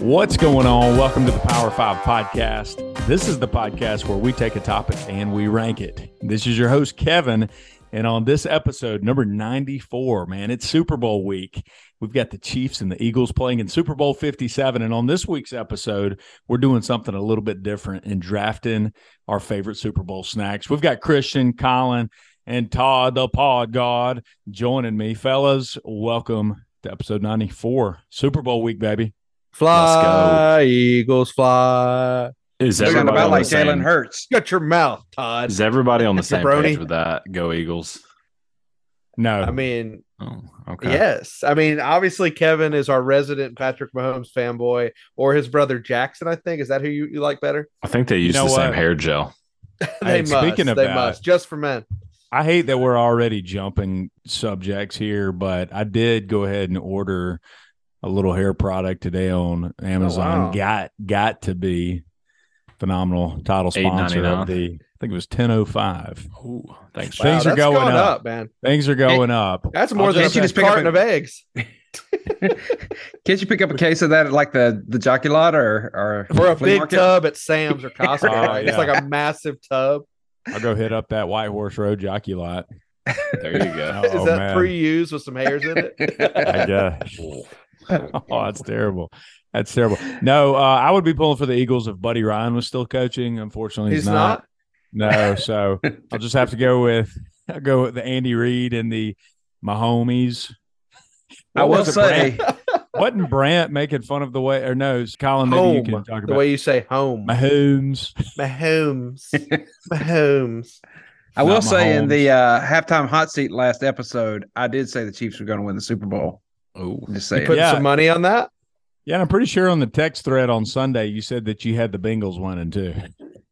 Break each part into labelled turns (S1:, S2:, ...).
S1: What's going on? Welcome to the Power Five Podcast. This is the podcast where we take a topic and we rank it. This is your host, Kevin. And on this episode, number 94, man, it's Super Bowl week. We've got the Chiefs and the Eagles playing in Super Bowl 57. And on this week's episode, we're doing something a little bit different and drafting our favorite Super Bowl snacks. We've got Christian, Colin, and Todd, the pod god, joining me. Fellas, welcome to episode 94, Super Bowl week, baby.
S2: Fly, Eagles, fly.
S3: Is
S2: Talking
S3: everybody
S2: about
S3: on
S2: like
S3: the same,
S2: Jalen Hurts. Shut your mouth, Todd.
S3: Is everybody on the same
S2: Jabroni.
S3: page with that? Go Eagles.
S1: No,
S2: I mean,
S3: Oh, okay.
S2: yes. I mean, obviously, Kevin is our resident Patrick Mahomes fanboy, or his brother Jackson. I think is that who you, you like better?
S3: I think they use
S1: know
S3: the same
S1: what?
S3: hair gel.
S2: they
S1: Hey,
S2: must.
S1: speaking of
S2: they
S1: that-
S2: must. Just for men.
S1: I hate that we're already jumping subjects here, but I did go ahead and order a little hair product today on Amazon.
S2: Oh, wow.
S1: Got got to be phenomenal title sponsor
S3: $8.99.
S1: of the I think it was ten oh five.
S3: Ooh, thanks.
S1: Wow. Things are
S2: that's
S1: going
S2: gone
S1: up.
S2: man.
S1: Things are going up.
S2: That's more
S1: I'll
S2: than
S1: just-
S2: a
S1: Can't you just
S4: pick up
S2: carton
S4: a-
S2: of eggs
S4: Can't you pick up a case of that at like the the jockey lot or or
S2: or a
S4: flea
S2: big
S4: market?
S2: tub at Sam's or Costco.
S1: Oh,
S2: right? It's
S1: yeah.
S2: like a massive tub.
S1: I'll go hit up that White Horse Road jockey lot.
S3: There you go.
S2: is
S1: Oh,
S2: that
S1: man.
S2: pre-used with some hairs in it?
S1: I guess. oh, that's terrible. That's terrible. No, uh, I would be pulling for the Eagles if Buddy Ryan was still coaching. Unfortunately, he's,
S2: He's not.
S1: No, so I'll just have to go with I'll go with the Andy Reid and the Mahomes.
S4: I will
S1: Wasn't
S4: say,
S1: Wasn't Brant making fun of the way or no, Colin, maybe you can
S2: Home,
S1: talk
S2: The
S1: about
S2: way you say home,
S1: Mahomes.
S2: Mahomes, Mahomes.
S4: I will
S1: Not
S4: say in
S1: Mahomes.
S4: the uh, halftime hot seat last episode, I did say the Chiefs were going to win the Super Bowl.
S3: Ooh.
S4: I'm just
S2: You
S4: saying.
S2: put
S1: Yeah.
S2: some money on that?
S1: Yeah, and I'm pretty sure on the text thread on Sunday you said that you had the Bengals winning too.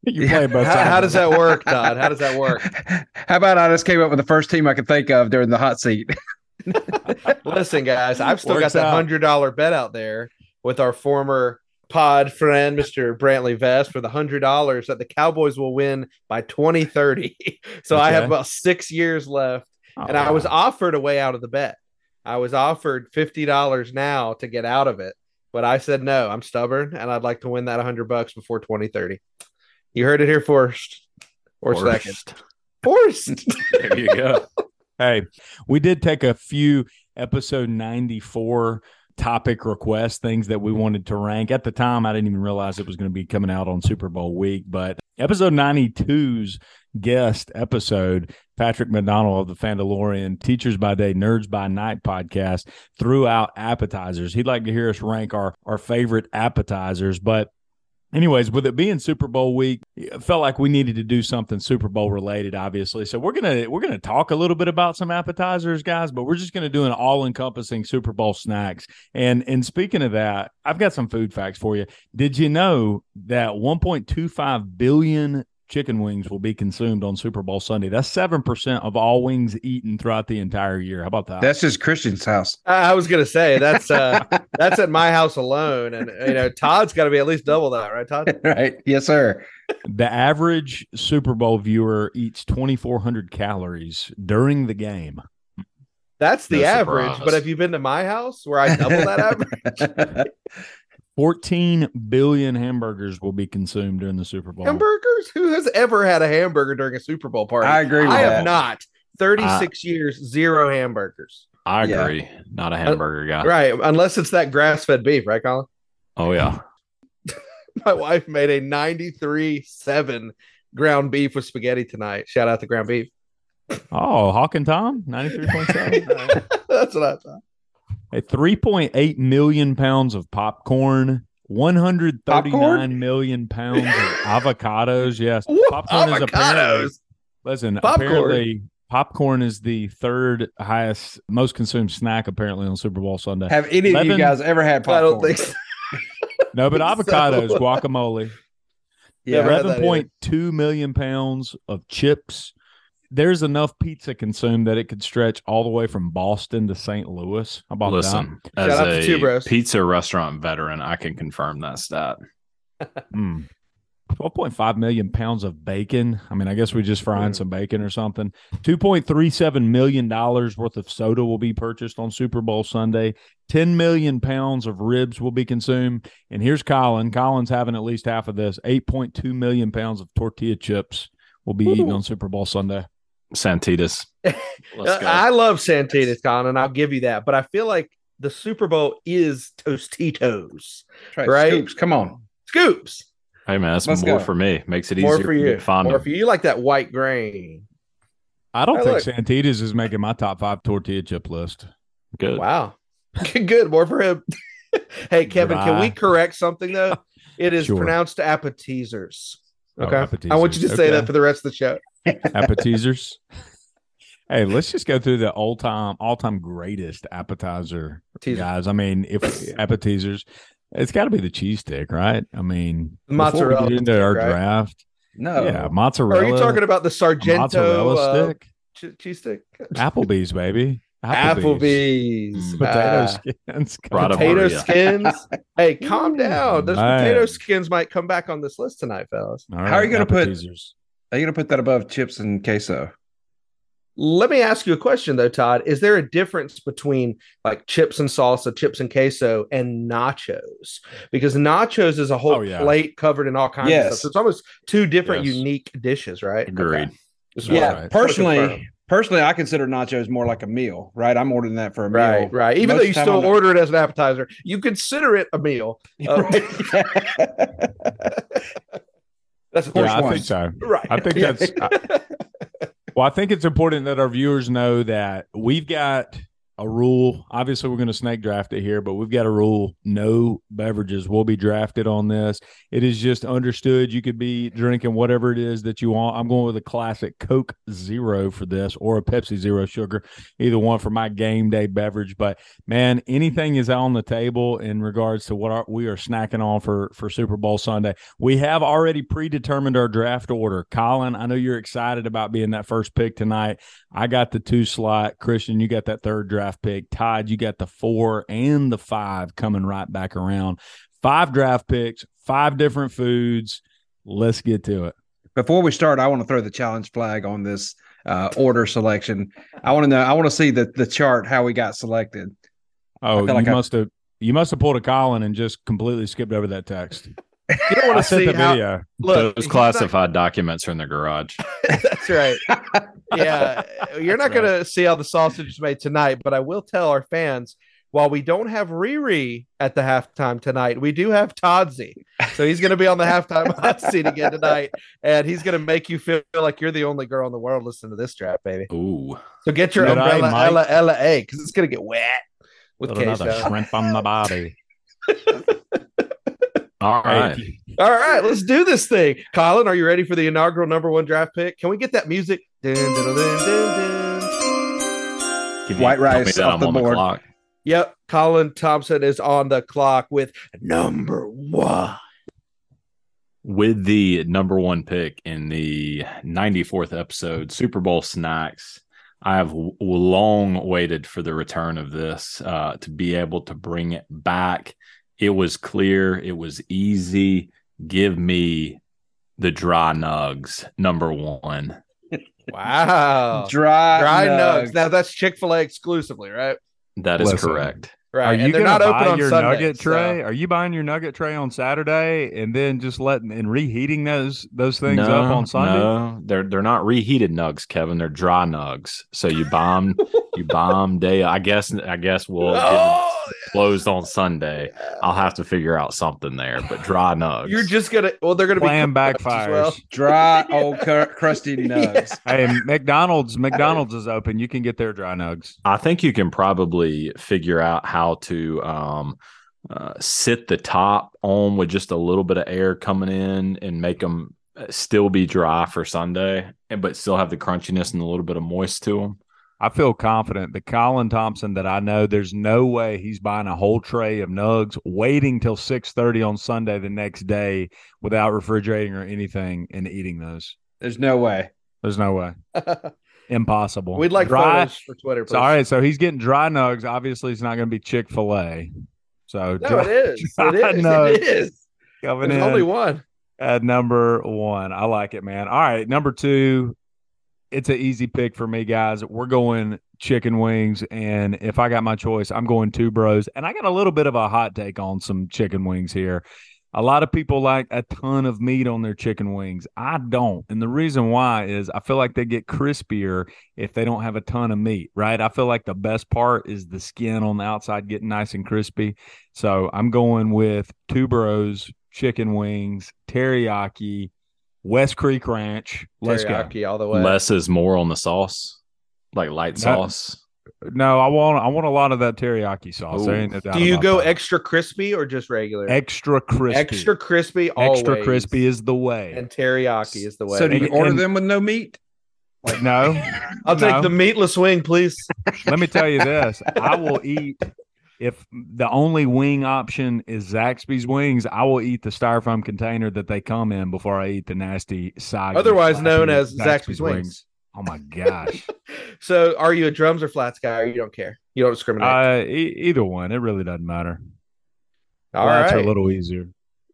S1: You
S4: Yeah.
S1: play both
S2: How,
S1: sides.
S2: how does that work, Todd? How does that work?
S4: How about I just came up with the first team I could think of during the hot seat?
S2: Listen, guys, I've still
S1: Works
S2: got that
S1: out.
S2: hundred dollar bet out there with our former pod friend, Mr. Brantley Vest, for the hundred dollars that the Cowboys will win by 2030. so I have
S1: Okay.
S2: about six years left.
S1: Oh,
S2: and I was
S1: wow.
S2: offered a way out of the bet. I was offered fifty dollars now to get out of it, but I said no. I'm stubborn, and I'd like to win that hundred bucks before 2030. You heard it here first, or second, forced.
S3: There you go.
S1: Hey, we did take a few episode 94 topic requests, things that we wanted to rank. At the time, I didn't even realize it was going to be coming out on Super Bowl week, but episode 92's guest episode, Patrick McDonald of the Fandalorian Teachers by Day, Nerds by Night podcast, threw out appetizers. He'd like to hear us rank our, our favorite appetizers, but Anyways, with it being Super Bowl week, it felt like we needed to do something Super Bowl related, obviously. So we're gonna we're gonna talk a little bit about some appetizers, guys, but we're just gonna do an all encompassing Super Bowl snacks. And and speaking of that, I've got some food facts for you. Did you know that 1.25 billion chicken wings will be consumed on Super Bowl Sunday? That's seven percent of all wings eaten throughout the entire year. How about that?
S4: That's just Christian's house.
S2: I I was gonna say that's uh, that's at my house alone, and you know Todd's got to be at least double that, right, Todd?
S4: right? Yes, sir.
S1: The average Super Bowl viewer eats 2,400 calories during the game.
S2: That's the
S3: No
S2: average. But
S3: surprise.
S2: have you been to my house where I double that average?
S4: average.
S1: 14 billion hamburgers will be consumed during the Super Bowl.
S2: Hamburgers? Who has ever had a hamburger during a Super Bowl party?
S4: I agree with
S2: I
S4: that.
S2: have not. 36 years, zero hamburgers.
S3: I
S4: Yeah.
S3: agree. Not a hamburger guy.
S2: Right. Unless it's that grass fed beef, right, Colin?
S3: Oh yeah.
S2: My wife made a 93 7 ground beef with spaghetti tonight. Shout out to ground beef.
S1: Oh, Hawk and Tom, 93.7.
S2: That's what I thought.
S1: Hey, 3.8 million pounds of popcorn, 139
S4: Popcorn?
S1: million pounds of avocados. Yes.
S2: Woo,
S1: Popcorn is apparently-
S2: avocados.
S1: Listen,
S2: Popcorn.
S1: apparently popcorn is the third highest, most consumed snack apparently on Super Bowl Sunday.
S4: Have any of
S1: Eleven-
S4: you guys ever had
S2: I
S4: popcorn?
S2: don't think so.
S1: No, but
S2: So-
S1: avocados, guacamole.
S4: Yeah.
S2: Never had that
S1: Eleven point two million pounds of chips. There's enough pizza consumed that it could stretch all the way from Boston to St. Louis. How about
S3: Listen,
S2: Shout
S3: as
S2: out to
S3: a
S2: Two Bros.
S3: pizza restaurant veteran, I can confirm that stat.
S1: that? Mm. Twelve point five million pounds of bacon. I mean, I guess we just frying
S2: Mm.
S1: some bacon or something. Two point three seven million dollars worth of soda will be purchased on Super Bowl Sunday. Ten million pounds of ribs will be consumed. And here's Colin. Colin's having at least half of this. Eight point two million pounds of tortilla chips will be eaten
S2: Ooh.
S1: on Super Bowl Sunday.
S3: Santitas. Let's
S2: Uh, I love Santitas, Colin, and I'll give you that. But I feel like the Super Bowl is Tostitos.
S4: Try
S2: Right?
S4: Scoops, come on.
S2: Scoops.
S3: hey man, that's
S4: Let's
S3: more
S4: go.
S3: for me. Makes it easier
S2: More for
S3: me to
S2: you.
S3: find
S2: More
S3: them.
S2: for you. You like that white grain.
S1: I don't
S2: Hey,
S1: think
S2: look.
S1: Santitas is making my top five tortilla chip list.
S3: Good.
S2: Wow. Good. More for him. hey, Kevin, can
S1: Dry.
S2: we correct something though? It is
S1: Sure.
S2: pronounced appetizers.
S1: Oh,
S2: Okay. I want you to
S1: appetizers.
S2: say
S1: Okay.
S2: that for the rest of the show.
S1: appetizers. hey, let's just go through the all time all time greatest appetizer
S2: Teaser.
S1: guys. I mean, if appetizers, it's got to be the cheese stick, right? I mean, before we
S2: Mozzarella
S1: get into our
S2: stick, right?
S1: draft,
S4: No.
S1: yeah,
S2: Or
S1: mozzarella.
S2: Are you talking about the
S1: a mozzarella
S2: Sargento uh,
S1: stick?
S2: che- cheese stick?
S1: Applebee's, baby.
S2: Applebee's.
S3: Mm.
S1: Potato
S2: Ah,
S1: skins.
S3: Right up
S2: potato
S3: Maria.
S2: skins. hey, calm down. Those
S1: Man.
S2: potato skins might come back on this list tonight, fellas.
S1: All
S4: How are you gonna put-
S1: appetizers.
S4: Are you gonna put that above chips and queso?
S2: Let me ask you a question though, Todd. Is there a difference between like chips and salsa, chips and queso, and nachos? Because nachos is a whole
S1: Oh, yeah.
S2: plate covered in all kinds of
S4: Yes.
S2: stuff. So it's almost two different
S3: Yes.
S2: unique dishes, right?
S3: Agreed.
S2: Just
S1: Yeah,
S2: wanna-
S1: right.
S4: Personally,
S2: Confirm.
S4: personally, I consider nachos more like a meal, right? I'm ordering that for a meal.
S2: Right, right. Even
S4: Most
S2: though you
S4: time
S2: still
S4: I'm-
S2: order it as an appetizer, you consider it a meal. Uh,
S4: Right.
S2: That's a
S4: course
S1: Yeah, I
S4: one.
S1: think so.
S2: Right.
S1: I think that's. Well, I think it's important that our viewers know that we've got a rule. Obviously, we're going to snake draft it here, but we've got a rule. No beverages will be drafted on this. It is just understood you could be drinking whatever it is that you want. I'm going with a classic Coke Zero for this or a Pepsi Zero Sugar, either one for my game day beverage. But man, anything is on the table in regards to what our, we are snacking on for, for Super Bowl Sunday. We have already predetermined our draft order. Colin, I know you're excited about being that first pick tonight. I got the two slot. Christian, you got that third draft pick. Todd, you got the four and the five coming right back around. Five draft picks, five different foods. Let's get to it.
S4: Before we start, I want to throw the challenge flag on this uh, order selection. I want to know. I want to see the the chart how we got selected.
S1: Oh,
S4: feel
S1: you
S4: like I-
S1: must have you must have pulled a Colin and just completely skipped over that text.
S2: you don't
S1: I
S2: want to
S1: sent
S2: see
S1: the
S2: how.
S1: video.
S2: Look,
S3: Those
S2: you're
S3: classified documents are in the garage.
S2: not- that's right. Yeah, you're not
S3: That's
S2: going to see how the sausage is made tonight, but I will tell our fans while we don't have Riri at the halftime tonight, we do have Todzi. So he's going to be on the halftime hot seat again tonight, and he's going to make you feel like you're the only girl in the world listening to this draft, baby.
S3: Ooh.
S2: So get your
S1: Good eye,
S2: umbrella,
S1: Mike.
S2: Ella, Ella, A, because it's going to get wet with
S1: Put another
S2: queso.
S1: shrimp on the body.
S3: All right.
S1: Hey,
S2: All right, let's do this thing. Colin, are you ready for the inaugural number one draft pick? Can we get that music? Dun, dun, dun, dun, dun, dun.
S3: Can
S4: White
S3: tell
S4: rice
S3: me that
S4: off
S3: I'm
S4: the
S3: on
S4: board.
S3: clock?
S2: Yep, Colin Thompson is on the clock with number one.
S3: with the number one pick in the 94th episode, Super Bowl Snacks. I have w- long waited for the return of this uh, to be able to bring it back. It was clear, it was easy. Give me the dry nugs, number one.
S2: Wow.
S4: Dry,
S2: Oh. Dry
S4: nugs.
S2: nugs. Now that's Chick fil A exclusively, right?
S3: That is
S4: Listen.
S3: correct.
S1: Are
S2: Right.
S1: you
S2: and they're
S1: going
S2: not
S1: to
S2: open
S1: buy
S2: on
S1: your
S2: Sunday.
S1: nugget
S2: so-
S1: tray? Are you buying your nugget tray on Saturday and then just letting and reheating those those things up on Sunday?
S3: No, they're they're not reheated nugs, Kevin. They're dry nugs. So you bomb, you bomb day. I guess I guess we'll get
S2: Oh,
S3: closed on Sunday. I'll have to figure out something there, but dry nugs.
S2: you're just going to, well, they're going to be.
S1: Plan
S2: cooked as
S1: backfires.
S2: well.
S4: Dry old cur- crusty nugs.
S1: Hey, McDonald's, McDonald's is open. You can get their dry nugs.
S3: I think you can probably figure out how to um, uh, sit the top on with just a little bit of air coming in and make them still be dry for Sunday, and- but still have the crunchiness and a little bit of moist to them.
S1: I feel confident that Colin Thompson that I know there's no way he's buying a whole tray of nugs, waiting till 6:30 on Sunday the next day without refrigerating or anything and eating those.
S4: There's no way.
S1: There's no way. Impossible.
S2: We'd like
S1: dry.
S2: photos for Twitter. Please.
S1: So, all right, so he's getting dry nugs. Obviously, it's not going to be Chick-fil-A. So
S2: No,
S1: dry-
S2: it is. It is.
S1: nugs
S2: It is.
S1: coming
S2: There's
S1: in.
S2: only one.
S1: at number one. I like it, man. All right, number two. It's an easy pick for me, guys. We're going chicken wings, and if I got my choice, I'm going two bros. And I got a little bit of a hot take on some chicken wings here. A lot of people like a ton of meat on their chicken wings. I don't. And the reason why is I feel like they get crispier if they don't have a ton of meat, right? I feel like the best part is the skin on the outside getting nice and crispy. So I'm going with two bros, chicken wings, teriyaki, West Creek Ranch. Let's go.
S2: Teriyaki all the way.
S3: Less is more on the sauce, like light
S1: That-
S3: sauce.
S1: No, I want I want a lot of that teriyaki sauce. There
S3: Ooh.
S1: ain't no doubt
S2: Do you
S1: about
S2: go
S1: that.
S2: extra crispy or just regular?
S1: extra crispy?
S2: Extra crispy, always.
S1: Extra crispy is the way.
S2: and teriyaki is the way.
S4: So do you
S1: And-
S4: order
S1: and-
S4: them with no meat?
S1: no,
S2: I'll
S1: No.
S2: take the meatless wing, please.
S1: Let me tell you this: I will eat if the only wing option is Zaxby's wings. I will eat the styrofoam container that they come in before I eat the nasty side.
S2: Otherwise known as Zaxby's wings.
S1: Oh my gosh!
S2: So, are you a drums or flats guy, or you don't care? You don't discriminate.
S1: uh, e- either one, it really doesn't matter.
S2: All
S1: Flats are
S2: right.
S1: a little easier.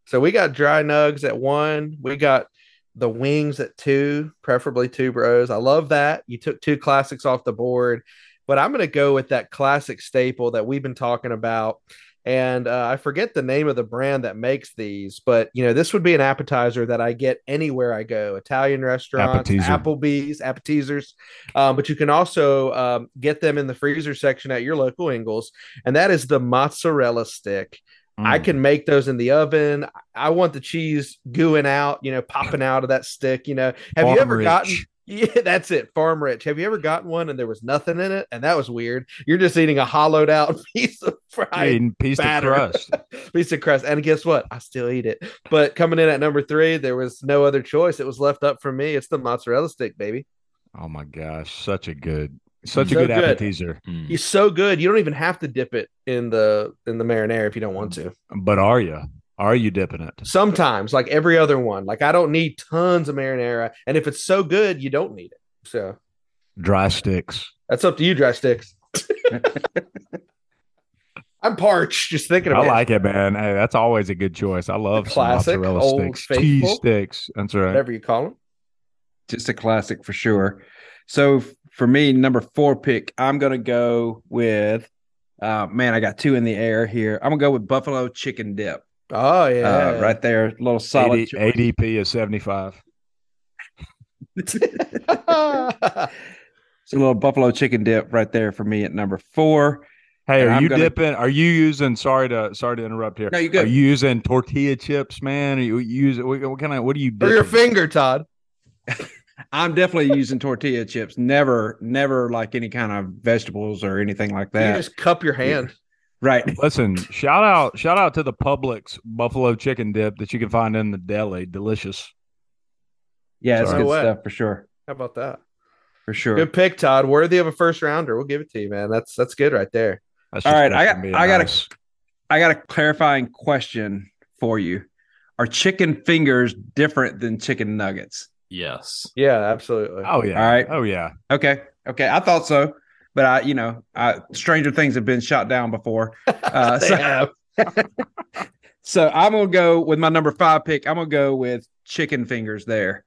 S2: So we got dry nugs at one. We got the wings at two, preferably two bros. I love that. You took two classics off the board, but I'm going to go with that classic staple that we've been talking about. And uh, I forget the name of the brand that makes these, but you know, this would be an appetizer that I get anywhere I go Italian restaurants,
S1: Appetizer.
S2: Applebee's, appetizers. Um, but you can also um, get them in the freezer section at your local Ingles. And that is the mozzarella stick. I
S1: Mm.
S2: can make those in the oven. I want the cheese gooing out, you know, popping out of that stick. You know, have
S1: Farm
S2: you ever
S1: rich.
S2: gotten? Yeah, that's it. Farm rich. Have you ever gotten one and there was nothing in it, and that was weird? You're just eating a hollowed out piece of fried
S1: Eating piece
S2: batter.
S1: of crust.
S2: piece of crust. And guess what? I still eat it. But coming in at number three, there was no other choice. It was left up for me. It's the mozzarella stick, baby.
S1: Oh my gosh! Such a good, such a
S2: So
S1: good,
S2: good.
S1: appetizer.
S3: Mm.
S2: It's so good. You don't even have to dip it in the in the marinara if you don't want to.
S1: But are you? Are you dipping it?
S2: sometimes like every other one like i don't need tons of marinara and if it's so good you don't need it so
S1: Dry sticks.
S2: that's up to you dry sticks i'm parched just thinking about
S1: I like it, man. Hey, that's always a good choice. I love some
S2: classic,
S1: mozzarella
S2: Old
S1: sticks,
S2: Faithful.
S1: cheese sticks. That's
S2: it,
S1: right.
S2: whatever you call them
S4: just a classic for sure. So f- for me, number four pick, I'm gonna go with. Uh, man, I got two in the air here. I'm gonna go with buffalo chicken dip.
S2: oh yeah
S4: Uh, right there, little solid.
S1: 80
S4: choice.
S1: ADP is 75.
S2: right
S4: It's a little buffalo chicken dip right there for me at number four.
S1: Hey,
S4: And
S1: are
S4: I'm
S1: you
S4: gonna-
S1: dipping? Are you using? Sorry to sorry to interrupt here.
S4: No, you good.
S1: Are you using tortilla chips, man? Are you use what, what kind of what do you?
S2: or
S1: Dipping?
S2: your finger todd
S4: I'm definitely using tortilla chips. Never, never like any kind of vegetables or anything like
S2: you
S4: that.
S2: just cup your hand
S4: right.
S1: Listen, shout out shout out to the Publix buffalo chicken dip that you can find in the deli. Delicious.
S4: Yeah, it's
S1: Sorry.
S4: good
S2: No way.
S4: stuff for sure.
S2: how about that
S4: For sure.
S2: good pick todd worthy of a first rounder we'll give it to you man that's that's good right there
S1: That's
S4: All
S1: just
S4: right,
S1: that
S4: I
S1: can
S4: got-
S1: be
S4: I got a-
S1: nice.
S4: I got a clarifying question for you. Are chicken fingers different than chicken nuggets?
S3: Yes.
S2: yeah absolutely
S1: Oh yeah.
S4: All right.
S1: Oh yeah.
S4: Okay. Okay. I thought so. But I, you know, I, stranger things have been shot down before. Uh,
S2: They
S4: so,
S2: have.
S4: so I'm going to go with my number five pick. I'm going to go with chicken fingers there.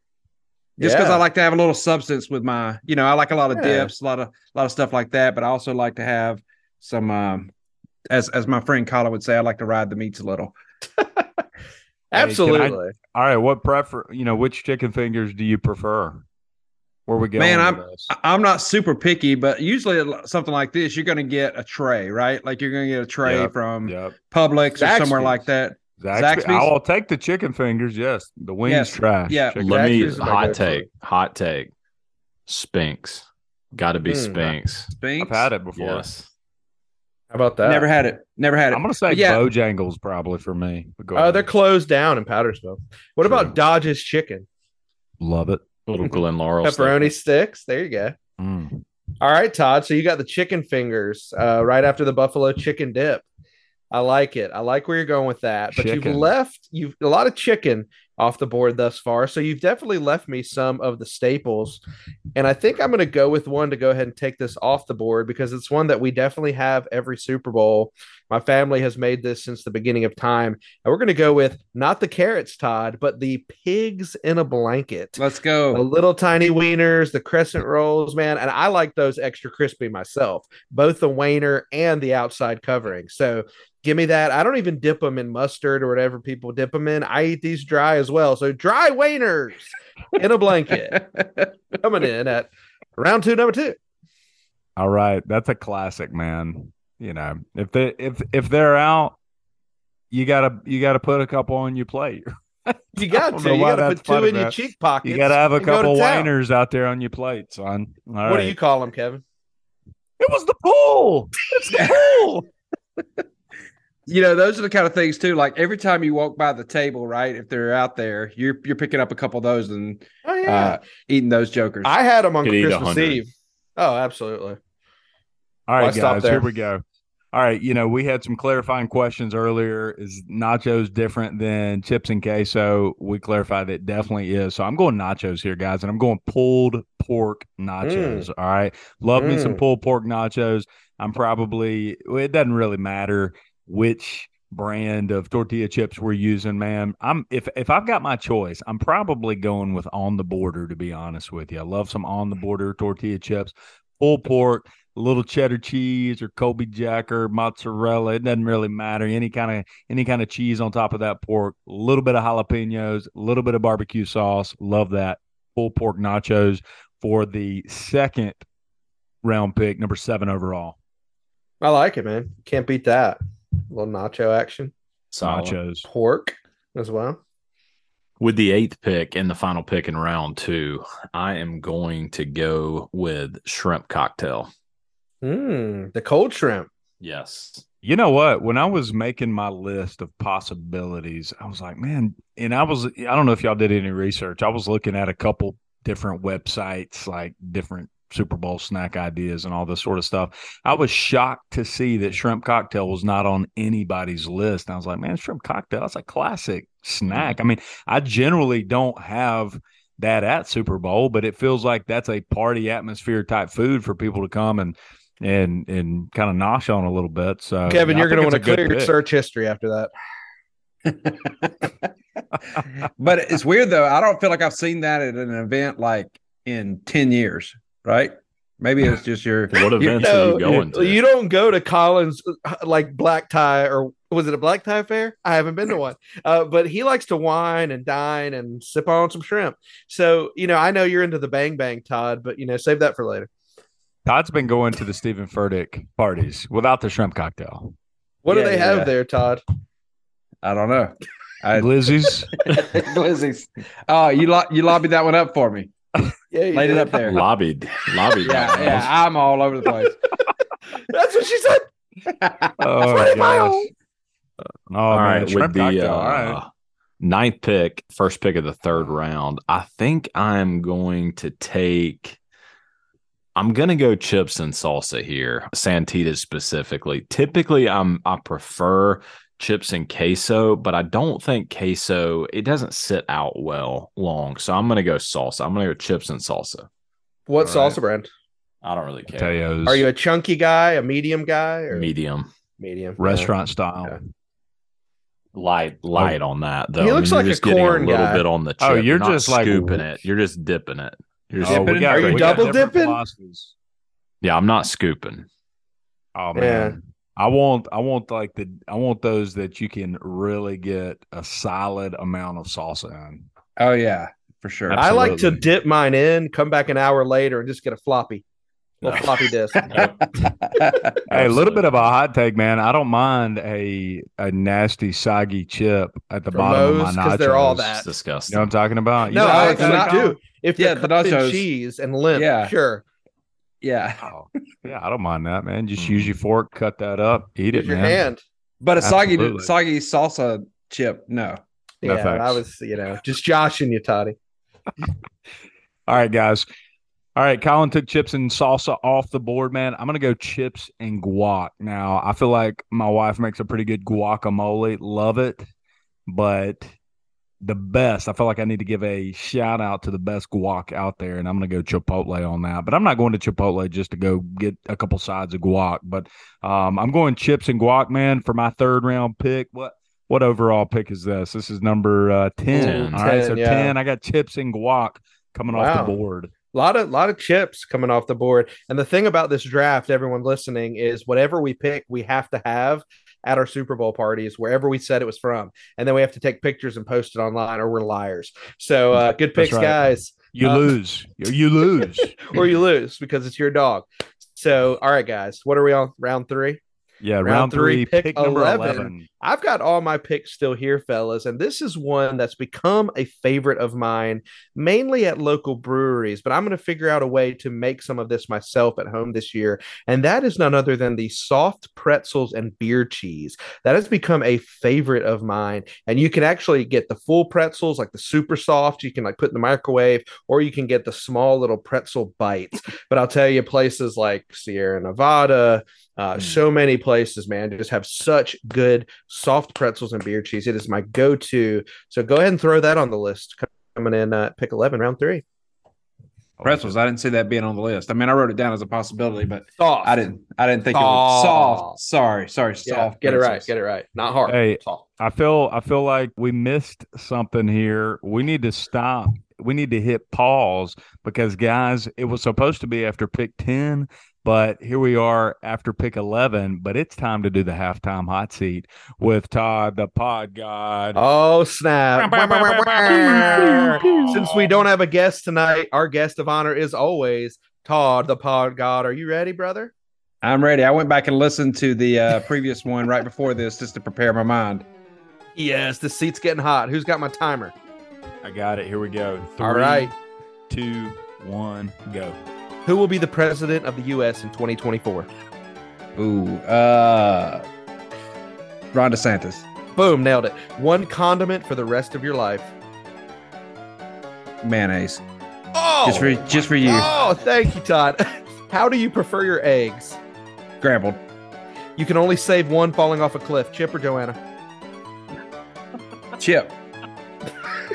S4: Just because
S2: Yeah.
S4: I like to have a little substance with my, you know, I like a lot of
S2: Yeah.
S4: dips, a lot of, a lot of stuff like that. But I also like to have some, um, as, as my friend Colin would say, I like to ride the meats a little.
S1: I-
S2: absolutely
S1: All right. What prefer? You know, which chicken fingers do you prefer? Where we going?
S4: Man, I'm-
S1: with this?
S4: I- I'm not super picky, but usually l- something like this, you're going to get a tray, right? Like you're going to get a tray
S1: Yep,
S4: from
S1: Yep.
S4: Publix or somewhere
S2: Zaxby's.
S4: like that.
S1: Zaxby,
S4: Zaxby's?
S1: I'll take the chicken fingers. Yes, the wings
S4: Yes,
S1: trash.
S4: yeah.
S1: Chicken-
S3: Let me
S2: Zaxby's is my
S3: hot
S2: go-to.
S3: take. Hot take. Spinks. Got to be
S2: Mm.
S3: Spinks.
S4: Spinks.
S1: I've had it before.
S3: Yes.
S2: how about that
S4: Never had it. Never had it.
S1: I'm gonna say
S4: Yeah.
S1: Bojangles probably for me. But go
S2: Oh,
S1: ahead.
S2: they're closed down in Powdersville. What
S1: True.
S2: about Dodge's chicken?
S1: love it.
S3: Little Glen Laurel.
S2: Pepperoni sticks. There you go.
S1: Mm.
S2: All right, Todd. So you got the chicken fingers uh, right after the buffalo chicken dip. I like it. I like where you're going with that. But
S1: Chicken.
S2: you've left you've a lot of chicken off the board thus far. So you've definitely left me some of the staples. And I think I'm going to go with one to go ahead and take this off the board because it's one that we definitely have every Super Bowl. My family has made this since the beginning of time. And we're going to go with not the carrots, Todd, but the pigs in a blanket.
S4: Let's
S1: Oh.
S2: The
S4: go.
S2: little tiny wieners, the crescent rolls, man. And I like those extra crispy myself, both the wiener and the outside covering. So give me that. I don't even dip them in mustard or whatever people dip them in. I eat these dry as well. So dry wieners in a blanket coming in at round two, number two.
S1: All right, that's a classic, man. You know, if they if if they're out, you gotta you gotta put a couple on your plate.
S2: You
S1: I
S2: got
S1: don't
S2: to.
S1: know
S2: You
S1: why
S2: got to
S1: that's
S2: put two
S1: funny,
S2: in your
S1: man.
S2: cheek pockets.
S1: You gotta have a
S2: and go to
S1: couple
S2: town.
S1: whiners out there on your plate, son. All right.
S2: What do you call them, Kevin?
S1: It was the pool. It's the pool.
S4: You know, those are the kind of things too. Like every time you walk by the table, right? If they're out there, you're you're picking up a couple of those and
S2: Oh
S4: uh, eating those jokers.
S2: I had them on
S3: Could eat a
S2: Christmas
S3: hundred.
S2: Eve. Oh, absolutely.
S1: All
S2: Why
S1: right,
S2: stop
S1: guys,
S2: there?
S1: here we go. All right, you know, we had some clarifying questions earlier. Is nachos different than chips and queso? We clarified that definitely is. So I'm going nachos here, guys, and I'm going pulled pork nachos. All right. Love me some
S2: Mm.
S1: pulled pork nachos. I'm probably, well, it doesn't really matter which brand of tortilla chips we're using, man. I'm if if I've got my choice, I'm probably going with on the border, to be honest with you. I love some on the border tortilla chips, pulled pork a little cheddar cheese or Kobe Jack or mozzarella. It doesn't really matter. Any kind of any kind of cheese on top of that pork. A little bit of jalapenos, a little bit of barbecue sauce. Love that. Pulled pork nachos for the second round pick, number seven overall.
S2: I like it, man. Can't beat that. little nacho action.
S3: Solid.
S1: Nachos.
S2: Pork as well.
S3: With the eighth pick and the final pick in round two, I am going to go with shrimp cocktail.
S2: Mm, the cold shrimp.
S3: Yes.
S1: You know what? When I was making my list of possibilities, I was like, man, and I was, I don't know if y'all did any research. I was looking at a couple different websites, like different Super Bowl snack ideas and all this sort of stuff. I was shocked to see that shrimp cocktail was not on anybody's list. And I was like, man, shrimp cocktail, that's a classic snack. I mean, I generally don't have that at Super Bowl, but it feels like that's a party atmosphere type food for people to come and and and kind of nosh on a little bit. So
S2: Kevin,
S1: Oh, yeah, I
S2: you're going to
S1: think
S2: want
S1: it's
S2: to
S1: a good
S2: clear your
S1: pick.
S2: search history after that.
S4: but it's weird though. I don't feel like I've seen that at an event like in ten years, right? Maybe it's just your
S3: What events are
S2: No,
S3: you going to?
S2: You don't go to Collins uh, like black tie or was it a black tie fair? I haven't been to one. Uh, but he likes to wine and dine and sip on some shrimp. So, you know, I know you're into the bang bang, Todd, but you know, save that for later.
S1: Todd's been going to the Stephen Furtick parties without the shrimp cocktail.
S2: What
S4: Yeah,
S2: do they
S4: yeah,
S2: have
S4: yeah.
S2: there, Todd?
S4: I don't know. I-
S1: Glizzy's.
S4: Glizzies. Oh, you lo- you lobbied that one up for me.
S2: Yeah, you
S4: Laid it
S2: did.
S4: up there.
S3: lobbied. Lobbied.
S4: Yeah,
S3: that
S4: yeah.
S3: one.
S4: I'm all over the place.
S2: That's what she said.
S1: Oh,
S2: That's right,
S1: gosh.
S2: Miles.
S1: Oh,
S3: All
S1: man,
S3: right,
S1: shrimp
S3: with the
S1: cocktail.
S3: uh,
S1: All right.
S3: ninth pick, first pick of the third round, I think I'm going to take. I'm gonna go chips and salsa here, Santita specifically. Typically, I'm I prefer chips and queso, but I don't think queso it doesn't sit out well long. So I'm gonna go salsa. I'm gonna go chips and salsa.
S2: What
S1: All right.
S2: salsa brand?
S3: I don't really care.
S1: potatoes.
S2: Are you a chunky guy, a medium guy, or
S3: Medium,
S2: medium
S1: restaurant style?
S2: Okay.
S3: light, light on that though.
S2: He looks
S3: you're
S2: like a
S3: just getting
S2: corn
S3: a little
S2: guy.
S3: bit on the chip.
S1: Oh, you're
S3: not
S1: just like-
S3: scooping it. You're just dipping it. You're just
S1: Oh, we
S4: Dipping?
S1: got-
S2: Are you
S1: we got
S2: double
S1: different
S2: dipping?
S1: philosophies.
S3: Yeah, I'm not scooping.
S1: Oh
S2: Yeah.
S1: man. I want I want like the I want those that you can really get a solid amount of salsa in.
S4: Oh yeah, for sure.
S2: I like to
S1: Absolutely.
S2: dip mine in, come back an hour later, and just get a floppy, a little
S3: No.
S2: floppy disc.
S1: Hey, a little
S3: Absolutely.
S1: bit of a hot take, man. I don't mind a a nasty soggy chip at the
S2: For
S1: bottom
S2: most,
S1: of my
S2: 'cause
S1: nachos.
S2: they're all that.
S3: It's disgusting.
S1: You know what I'm talking about? You
S2: no,
S1: know
S2: I
S1: what
S2: like
S1: I'm
S2: that
S1: talking
S2: too. If
S4: Yeah,
S2: yeah,
S4: the
S2: the nachos,
S4: nachos.
S2: cheese and limp,
S4: Yeah.
S2: sure.
S4: yeah,
S1: about? Oh, yeah, I don't mind that, man. Just
S3: Mm.
S1: use your fork, cut that up, eat
S2: Use
S1: it,
S2: Mm-hmm. your
S1: man.
S2: hand.
S4: but a
S1: Absolutely.
S4: soggy soggy salsa chip. No,
S1: No
S2: yeah,
S1: thanks.
S2: I was, you know, just joshing you, Toddy.
S1: All right, guys. All right, Colin took chips and salsa off the board, man. I'm gonna go chips and guac. Now, I feel like my wife makes a pretty good guacamole. Love it, but the best. I feel like I need to give a shout out to the best guac out there, and I'm going to go Chipotle on that. But I'm not going to Chipotle just to go get a couple sides of guac. But um, I'm going chips and guac, man, for my third round pick. What what overall pick is this? This is number uh, ten.
S3: Ten.
S1: All right, so
S2: 10, yeah.
S1: ten. I got chips and guac coming off the
S2: Wow.
S1: board.
S2: lot of lot of chips coming off the board. And the thing about this draft, everyone listening, is whatever we pick, we have to have at our Super Bowl parties wherever we said it was from, and then we have to take pictures and post it online, or we're liars. So uh, good
S1: That's
S2: picks,
S1: right.
S2: guys,
S1: You
S2: Uh,
S1: lose. You- You lose.
S2: or you lose because it's your dog. So all right, guys, what are we on round three?
S1: Yeah, round,
S2: Round
S1: three,
S2: three,
S1: pick,
S2: pick
S1: number
S2: 11.
S1: eleven.
S2: I've got all my picks still here, fellas, and this is one that's become a favorite of mine, mainly at local breweries. But I'm going to figure out a way to make some of this myself at home this year, and that is none other than the soft pretzels and beer cheese. That has become a favorite of mine, and you can actually get the full pretzels, like the super soft, you can like put in the microwave, or you can get the small little pretzel bites. but I'll tell you, places like Sierra Nevada, uh,
S3: Mm.
S2: so many places, man, just have such good soft pretzels and beer cheese. It is my go-to. So go ahead and throw that on the list coming in uh, pick eleven, round three.
S1: Oh,
S4: Pretzels. I didn't see that being on the list. I mean, I wrote it down as a possibility, but
S2: Soft.
S4: I didn't. I didn't think
S2: Soft.
S4: it was soft. Sorry, sorry,
S2: Yeah,
S4: soft.
S2: get it right.
S4: pretzels.
S2: Get it right. Not hard.
S1: Hey.
S2: Soft.
S1: I feel I feel like we missed something here. We need to stop. We need to hit pause because guys, it was supposed to be after pick 10, but here we are after pick 11, but it's time to do the halftime hot seat with Todd the pod god.
S2: Oh snap! Since we don't have a guest tonight, our guest of honor is always Todd the Pod God. Are you ready, brother?
S4: I'm ready. I went back and listened to the uh, previous one right before this just to prepare my mind.
S2: Yes. The seat's getting hot. Who's got my timer?
S1: I got it. Here we go. Three,
S2: All right.
S1: two, one, go.
S2: Who will be the president of the U.S. in 2024?
S4: Ooh, uh, Ron DeSantis.
S2: Boom! Nailed it. One condiment for the rest of your life.
S4: mayonnaise.
S2: Oh.
S4: Just for just for you,
S2: Oh, thank you, Todd. How do you prefer your eggs?
S4: scrambled.
S2: You can only save one falling off a cliff. Chip or Joanna?
S4: Chip.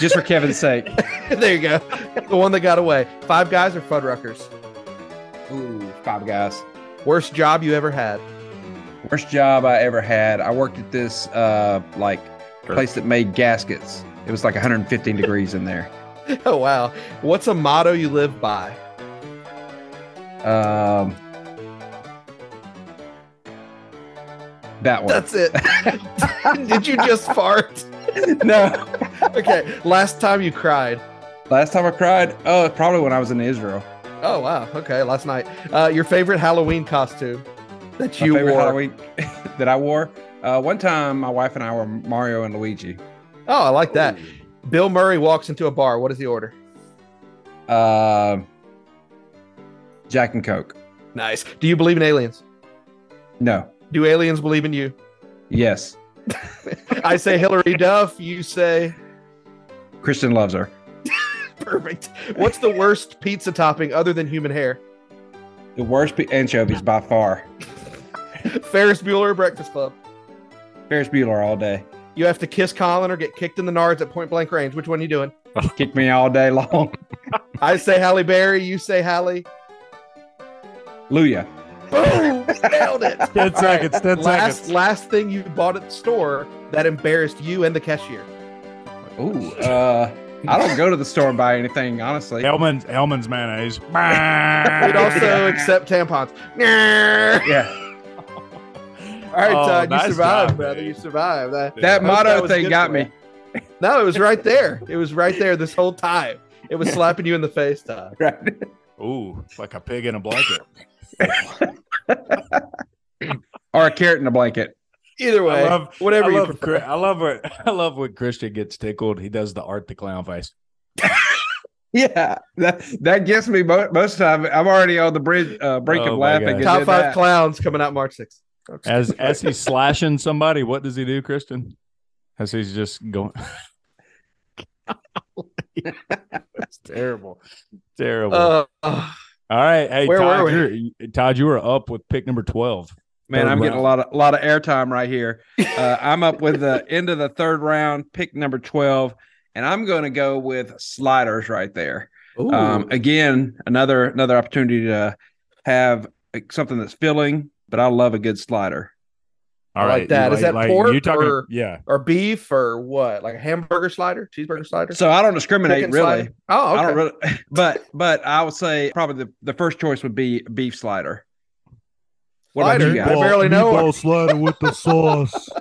S4: just for Kevin's sake.
S2: there you go. The one that got away. Five Guys or Fuddruckers?
S4: Ooh, five guys.
S2: Worst job you ever had?
S4: Worst job I ever had. I worked at this uh like
S3: Sure.
S4: place that made gaskets. It was like 115 degrees in there.
S2: Oh wow. What's a motto you live by?
S4: Um That one.
S2: That's it. Did you just fart?
S4: no.
S2: Okay. Last time you cried.
S4: Last time I cried, oh, probably when I was in Israel.
S2: Oh wow. Okay. Last night. Uh, your favorite Halloween costume that
S4: My
S2: you
S4: favorite
S2: wore.
S4: Halloween that I wore. Uh, one time, my wife and I were Mario and Luigi.
S2: Oh, I like that. Bill Murray walks into a bar. What is the order?
S4: Uh, Jack and Coke.
S2: Nice. Do you believe in aliens?
S4: No.
S2: Do aliens believe in you?
S4: Yes.
S2: I say Hillary Duff. You say
S4: Christian loves her.
S2: perfect. What's the worst pizza topping other than human hair?
S4: The worst pe- anchovies by far.
S2: Ferris Bueller or Breakfast Club.
S4: Ferris Bueller all day.
S2: You have to kiss Colin or get kicked in the nards at point blank range. Which one are you doing?
S4: Kick me all day long.
S2: I say Halle Berry. You say Halle.
S4: Luya.
S2: Boom! Nailed it.
S1: 10 seconds, 10
S2: last
S1: seconds.
S2: last thing you bought at the store that embarrassed you and the cashier.
S4: Ooh. Uh, I don't go to the store and buy anything, honestly.
S1: Hellman's Hellman's mayonnaise.
S2: We'd also accept tampons. All
S4: Yeah.
S2: right,
S1: Oh,
S2: Todd,
S1: nice
S2: you survived,
S1: job,
S2: brother.
S1: man.
S2: You survived. That-
S4: That
S2: Hope
S4: motto
S2: that was
S4: thing
S2: good
S4: got
S2: for
S4: me.
S2: you. No, it was right there. It was right there this whole time. It was slapping you in the face, Todd.
S4: Right.
S1: Ooh, it's like a pig in a blanket.
S4: Or a carrot in a blanket.
S2: Either way,
S1: I love-
S2: whatever
S1: I
S2: you
S1: love,
S2: prefer.
S1: Chri- I love what I love when Christian gets tickled. He does the art the clown face.
S4: Yeah. That, that gets me mo- most of the time. I'm already on the bridge, uh, brink
S1: Oh
S4: of
S1: my
S4: laughing.
S1: God.
S4: and
S2: Top
S4: did
S2: five
S4: that.
S2: clowns coming out March 6th.
S1: as as he's slashing somebody, what does he do, Kristen? As he's just going, it's terrible, terrible.
S2: Uh, uh,
S1: All right, hey
S2: where
S1: Todd,
S2: were we?
S1: you're- Todd, you were up with pick number twelve.
S4: Man,
S1: Third
S4: I'm getting a
S1: round.
S4: lot of a lot of airtime right here. Uh, I'm up with the end of the third round, pick number twelve, and I'm going to go with sliders right there.
S2: Ooh.
S4: Um, again, another another opportunity to have something that's filling, but I love a good slider.
S1: All
S2: I like
S1: right, you
S2: that. Is that pork
S1: you talking?
S2: or-
S1: yeah,
S2: or beef or what? Like a hamburger slider, cheeseburger slider,
S4: So I don't discriminate
S2: Chicken
S4: really.
S2: slider? Oh, okay.
S4: I don't really, but but I would say probably the, the first choice would be beef slider. What about
S2: Slider?
S4: you
S2: I
S4: guys?
S2: barely know her.
S5: Meatball slider with the sauce.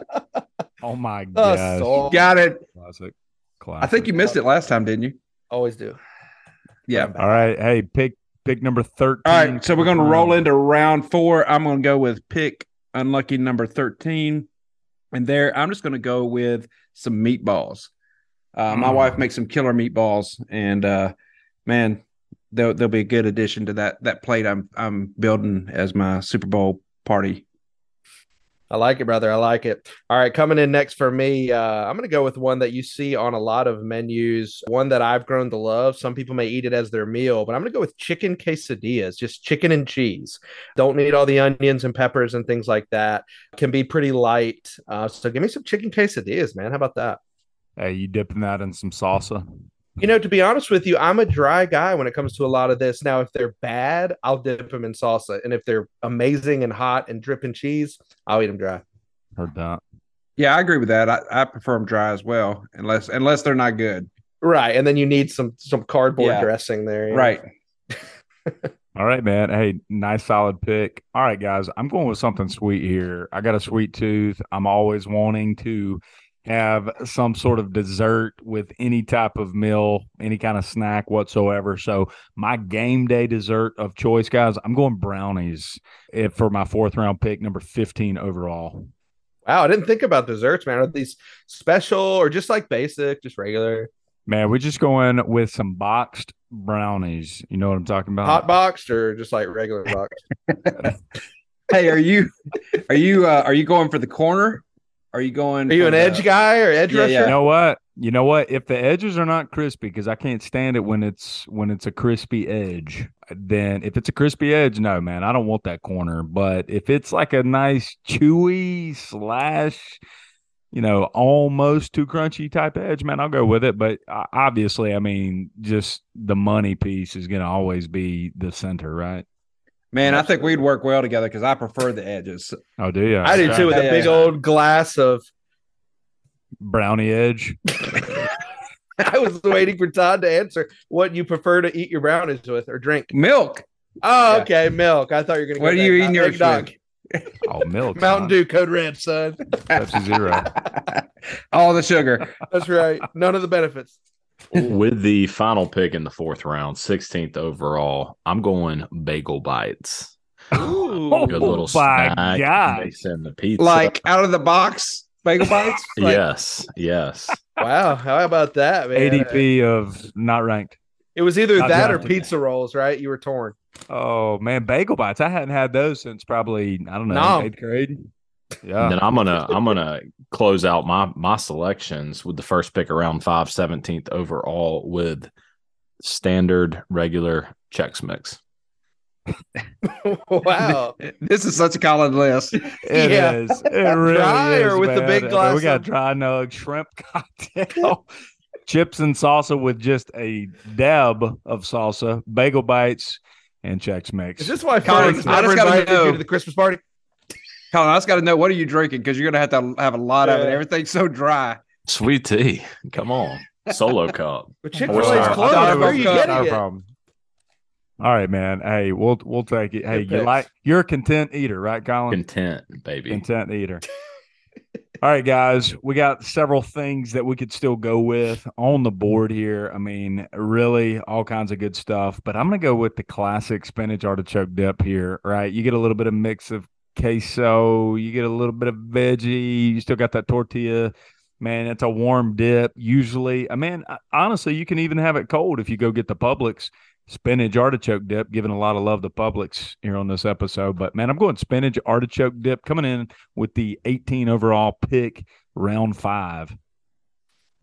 S1: Oh my
S2: Uh,
S1: gosh.
S2: so-
S4: Got it.
S1: Classic. Classic.
S4: I think you missed it last time, didn't you?
S2: Always do.
S4: Yeah.
S1: All right. Hey, pick pick number thirteen.
S4: All right. So we're going to roll
S1: in.
S4: into round four. I'm going to go with pick unlucky number 13. And there, I'm just going to go with some meatballs. Uh, my
S1: Mm.
S4: wife makes some killer meatballs, and uh, man, they'll they'll be a good addition to that that plate I'm I'm building as my Super Bowl party.
S2: I like it, brother. I like it. All right, coming in next for me, uh, I'm going to go with one that you see on a lot of menus, one that I've grown to love. Some people may eat it as their meal, but I'm going to go with chicken quesadillas, just chicken and cheese. Don't need all the onions and peppers and things like that. Can be pretty light. Uh, so give me some chicken quesadillas, man. How about that?
S1: Hey, you dipping that in some salsa?
S2: You know, to be honest with you, I'm a dry guy when it comes to a lot of this. Now, if they're bad, I'll dip them in salsa. And if they're amazing and hot and dripping cheese, I'll eat them dry.
S1: Heard that.
S4: Yeah, I agree with that. I, I prefer them dry as well, unless unless they're not good.
S2: Right. And then you need some some cardboard
S4: Yeah.
S2: dressing there. you know?
S4: Right.
S1: All right, man. Hey, nice solid pick. All right, guys. I'm going with something sweet here. I got a sweet tooth. I'm always wanting to have some sort of dessert with any type of meal, any kind of snack whatsoever. So my game day dessert of choice, guys, I'm going brownies eh, for my fourth round pick, number 15 overall.
S2: Wow. I didn't think about desserts, man. Are these special or just like basic, just regular?
S1: Man, we're just going with some boxed brownies. You know what I'm talking
S4: Uh,
S1: about?
S2: Hot boxed or just like regular boxed?
S4: hey, are you are you uh, are you going for the corner? Are you going?
S2: Are you
S4: for
S2: an
S4: the-
S2: edge guy or edge
S4: uh, Yeah,
S2: rusher?
S4: yeah.
S1: You know what? You know what? If the edges are not crispy, because I can't stand it when it's when it's a crispy edge. Then if it's a crispy edge, no man, I don't want that corner. But if it's like a nice chewy slash, you know, almost too crunchy type edge, man, I'll go with it. But uh, obviously, I mean, just the money piece is going to always be the center, right?
S4: Man, I think we'd work well together because I prefer the edges.
S1: Oh, do you?
S2: I do too with
S4: Yeah,
S2: a
S4: yeah,
S2: big
S4: yeah.
S2: old glass of.
S1: Brownie edge.
S2: I was waiting for Todd to answer what you prefer to eat your brownies with or drink.
S4: Milk.
S2: Oh,
S4: Yeah.
S2: okay, milk. I thought you were gonna.
S4: What
S2: go
S4: are you
S2: eggnog-
S4: eating yours
S2: eggnog.
S1: Oh, milk.
S2: Mountain Dew, Code Red, son.
S1: Pepsi Zero.
S4: All the sugar.
S2: That's right. None of the benefits.
S3: With the final pick in the fourth round, 16th overall, I'm going bagel bites.
S1: Oh
S3: Good little
S1: my
S3: snack.
S1: gosh.
S3: Mix in the pizza.
S4: Like out of the box bagel bites. Like,
S3: yes, yes.
S2: Wow, how about that, man?
S1: ADP of not ranked.
S2: It was either
S1: Not
S2: that or
S1: drafted.
S2: pizza rolls, right? You were torn.
S1: Oh man, bagel bites. I hadn't had those since probably I don't know
S2: No.
S1: eighth grade.
S3: And
S1: Yeah,
S3: then I'm gonna I'm gonna close out my my selections with the first pick around five, 17th overall with standard regular checks mix.
S2: wow.
S4: This is such a college list.
S1: it is.
S2: Yeah.
S1: It really
S2: Dry or
S1: is,
S2: with the
S1: man.
S2: big
S1: I mean,
S2: glass
S1: We got
S2: of-
S1: dry nug shrimp cocktail, chips and salsa with just a dab of salsa, bagel bites, and Chex Mix.
S2: Is this why
S4: Colin,
S2: Frank's
S4: I
S2: never
S4: just gotta
S2: invited
S4: know.
S2: you to the Christmas party?
S4: Colin, I just got to know what are you drinking because you're gonna have to have a lot of it.
S2: Yeah.
S4: Everything's so dry.
S3: Sweet tea. Come on. Solo cup.
S2: But Chick
S3: Or
S2: Fil
S3: sorry.
S2: A's closed.
S4: Sorry,
S2: Where are you
S4: no
S2: getting it?
S1: problem. All right, man. Hey, we'll we'll take it. Hey,
S2: Good
S1: you
S2: picks.
S1: like you're a content eater, right, Colin?
S3: Content, baby.
S1: Content eater. All right, guys, we got several things that we could still go with on the board here. I mean, really, all kinds of good stuff. But I'm gonna go with the classic spinach artichoke dip here. Right, you get a little bit of mix of queso, you get a little bit of veggie, you still got that tortilla. Man, it's a warm dip. Usually, I mean, I- honestly, you can even have it cold if you go get the Publix spinach artichoke dip. Giving a lot of love to Publix here on this episode, but man, I'm going spinach artichoke dip coming in with the 18 overall pick, round five.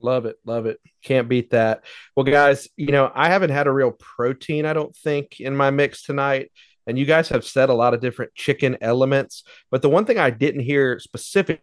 S2: Love it. Love it. Can't beat that. Well, guys, you know, I haven't had a real protein, I don't think, in my mix tonight. And you guys have said a lot of different chicken elements. But the one thing I didn't hear specifically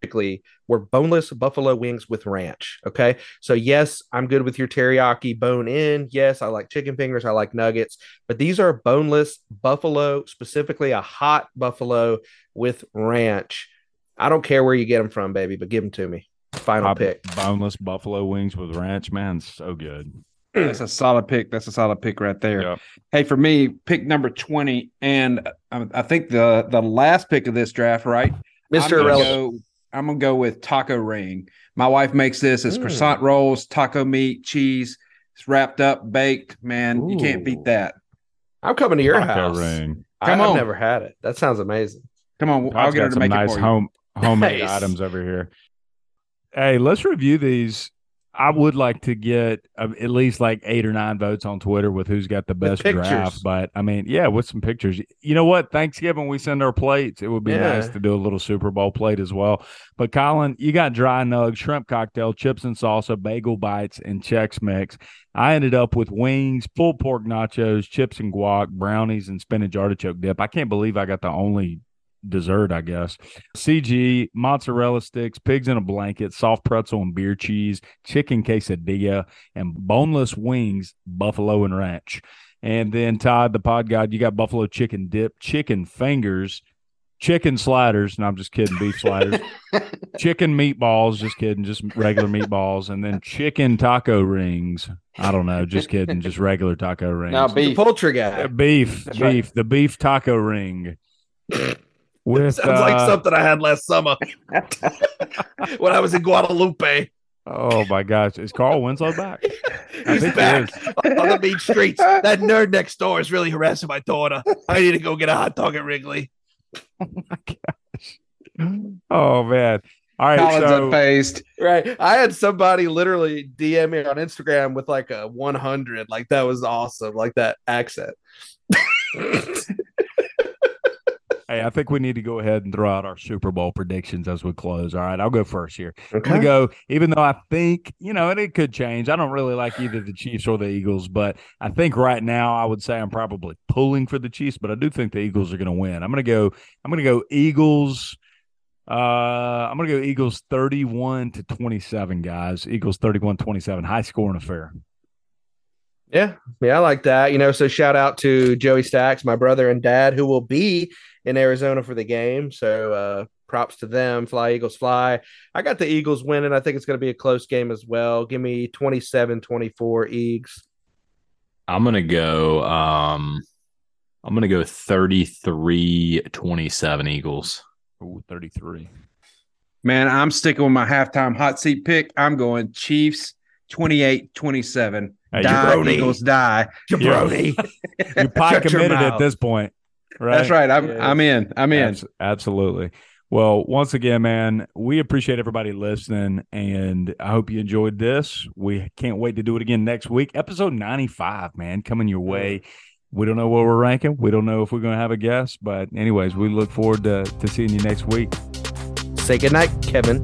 S2: specifically were boneless buffalo wings with ranch. Okay. So, yes, I'm good with your teriyaki bone in. Yes, I like chicken fingers. I like nuggets, but these are boneless buffalo, specifically a hot buffalo with ranch. I don't care where you get them from, baby, but give them to me. Final
S1: Bob-
S2: pick.
S1: Boneless buffalo wings with ranch, man, so good.
S4: That's a solid pick. That's a solid pick right there.
S1: Yeah.
S4: Hey, for me, pick number twenty, and I, I think the the last pick of this draft, right? I'm
S2: Mr.
S4: gonna
S2: Irrelevant.
S4: go- I'm gonna go with taco ring. My wife makes this as
S1: Hmm.
S2: Mm.
S4: croissant rolls, taco meat, cheese. It's wrapped up, baked. Man, you can't
S2: Ooh.
S4: beat that.
S2: I'm coming to your
S1: Taco
S2: house.
S1: ring.
S2: I,
S4: Come
S2: I've
S4: on.
S2: never had it. That sounds amazing.
S4: Come on, I'll
S1: Todd's
S4: get
S1: got
S4: her to
S1: some
S4: make
S1: nice
S4: it for
S1: home homemade
S2: Nice.
S1: items over here. Hey, let's review these. I would like to get uh, at least like eight or nine votes on Twitter with who's got the best
S2: pictures.
S1: draft. But I mean, yeah, with some pictures. You know what? Thanksgiving we send our plates. It would be
S2: Yeah.
S1: nice to do a little Super Bowl plate as well. But Colin, you got dry nug, shrimp cocktail, chips and salsa, bagel bites, and Chex Mix. I ended up with wings, pulled pork nachos, chips and guac, brownies, and spinach artichoke dip. I can't believe I got the only dessert, I guess. CG, mozzarella sticks, pigs in a blanket, soft pretzel and beer cheese, chicken quesadilla, and boneless wings, buffalo and ranch. And then Todd, the pod god, you got buffalo chicken dip, chicken fingers, chicken sliders. No, I'm just kidding, beef sliders, chicken meatballs, just kidding, just regular meatballs, and then chicken taco rings. I don't know, just kidding, just regular taco
S4: you.
S1: rings.
S4: Now,
S2: The
S4: beef.
S2: poultry guy.
S1: Uh, beef,
S4: That's right.
S1: beef, the beef taco ring. With
S2: Sounds like
S1: uh,
S2: something I had last summer when I was in Guadalupe.
S1: Oh my gosh, is Carl Winslow back?
S2: He's
S1: think he
S2: back
S1: is.
S2: on the mean streets. That nerd next door is really harassing my daughter. I need to go get a hot dog at Wrigley.
S1: Oh man! All right,
S4: Colin's
S1: so
S4: unfazed.
S2: Right. I had somebody literally DM me on Instagram with like a 100. Like that was awesome. Like that accent.
S1: hey, I think we need to go ahead and throw out our Super Bowl predictions as we close. All right, I'll go first here. I'm gonna go, even though I think you know, and it could change. I don't really like either the Chiefs or the Eagles, but I think right now I would say I'm probably pulling for the Chiefs, but I do think the Eagles are gonna win. I'm gonna go. I'm gonna go Eagles. Uh, I'm gonna go Eagles 31 to 27, guys. Eagles 31 27, high scoring affair.
S2: Yeah, yeah, I like that. You know, so shout out to Joey Stacks, my brother and dad, who will be in Arizona for the game. So uh, props to them. Fly Eagles fly. I got the Eagles winning. I think it's going to be a close game as well. Give me 27 24 Eagles.
S3: I'm gonna go. Um, I'm gonna go 33-27 Eagles.
S1: Ooh, 33.
S4: Man, I'm sticking with my halftime hot seat pick. I'm going Chiefs 28 27.
S1: Hey,
S4: die,
S2: Jabroni.
S4: Eagles die.
S1: Jabroni. You're pot
S2: Shut your
S1: committed at
S2: mouth.
S1: this point, right?
S4: That's right. I'm,
S2: Yeah.
S4: I'm in. I'm in.
S1: Abs- absolutely. Well, once again, man, we appreciate everybody listening, and I hope you enjoyed this. We can't wait to do it again next week. Episode 95, man, coming your way. We don't know what we're ranking. We don't know if we're going to have a guest, but, anyways, we look forward to, to seeing you next week.
S2: Say goodnight, Kevin.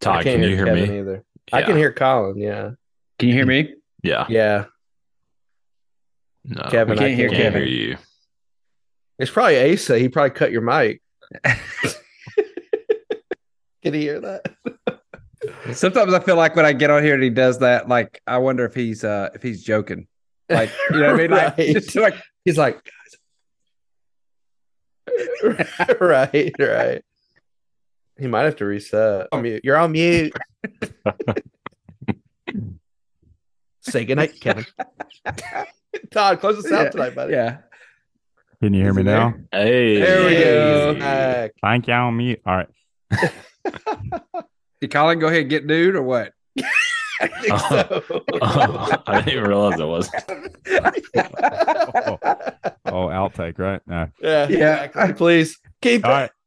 S3: Todd, can you hear
S2: Kevin
S3: me?
S2: either. I
S3: Yeah.
S2: can hear Colin. Yeah.
S4: Can you hear me?
S3: Yeah,
S2: Yeah.
S3: no,
S2: Kevin,
S4: we can't
S2: I
S4: hear
S3: oh, can't hear
S4: Kevin.
S3: you.
S2: It's probably Asa. He probably cut your mic. can he hear that?
S4: Sometimes I feel like when I get on here and he does that, like I wonder if he's uh if he's joking. Like you know what I mean? Like,
S2: Right.
S4: just like
S2: He's like, guys. right, right. He might have to reset.
S3: Oh.
S2: On mute. You're on mute. Say goodnight, Kevin. Todd, close us out tonight, buddy.
S4: yeah.
S1: Can you hear
S4: Is
S1: me
S4: it there?
S1: now?
S3: Hey,
S2: There we go.
S4: Hey.
S2: Back.
S1: Thank y'all. on Mute. All right.
S4: Did Colin go ahead and get nude or what?
S2: I think
S3: Uh-huh.
S2: so.
S3: I didn't realize it was. Uh-huh.
S1: Oh, outtake, right? No.
S2: yeah,
S4: Yeah.
S2: exactly. Please keep
S1: All right.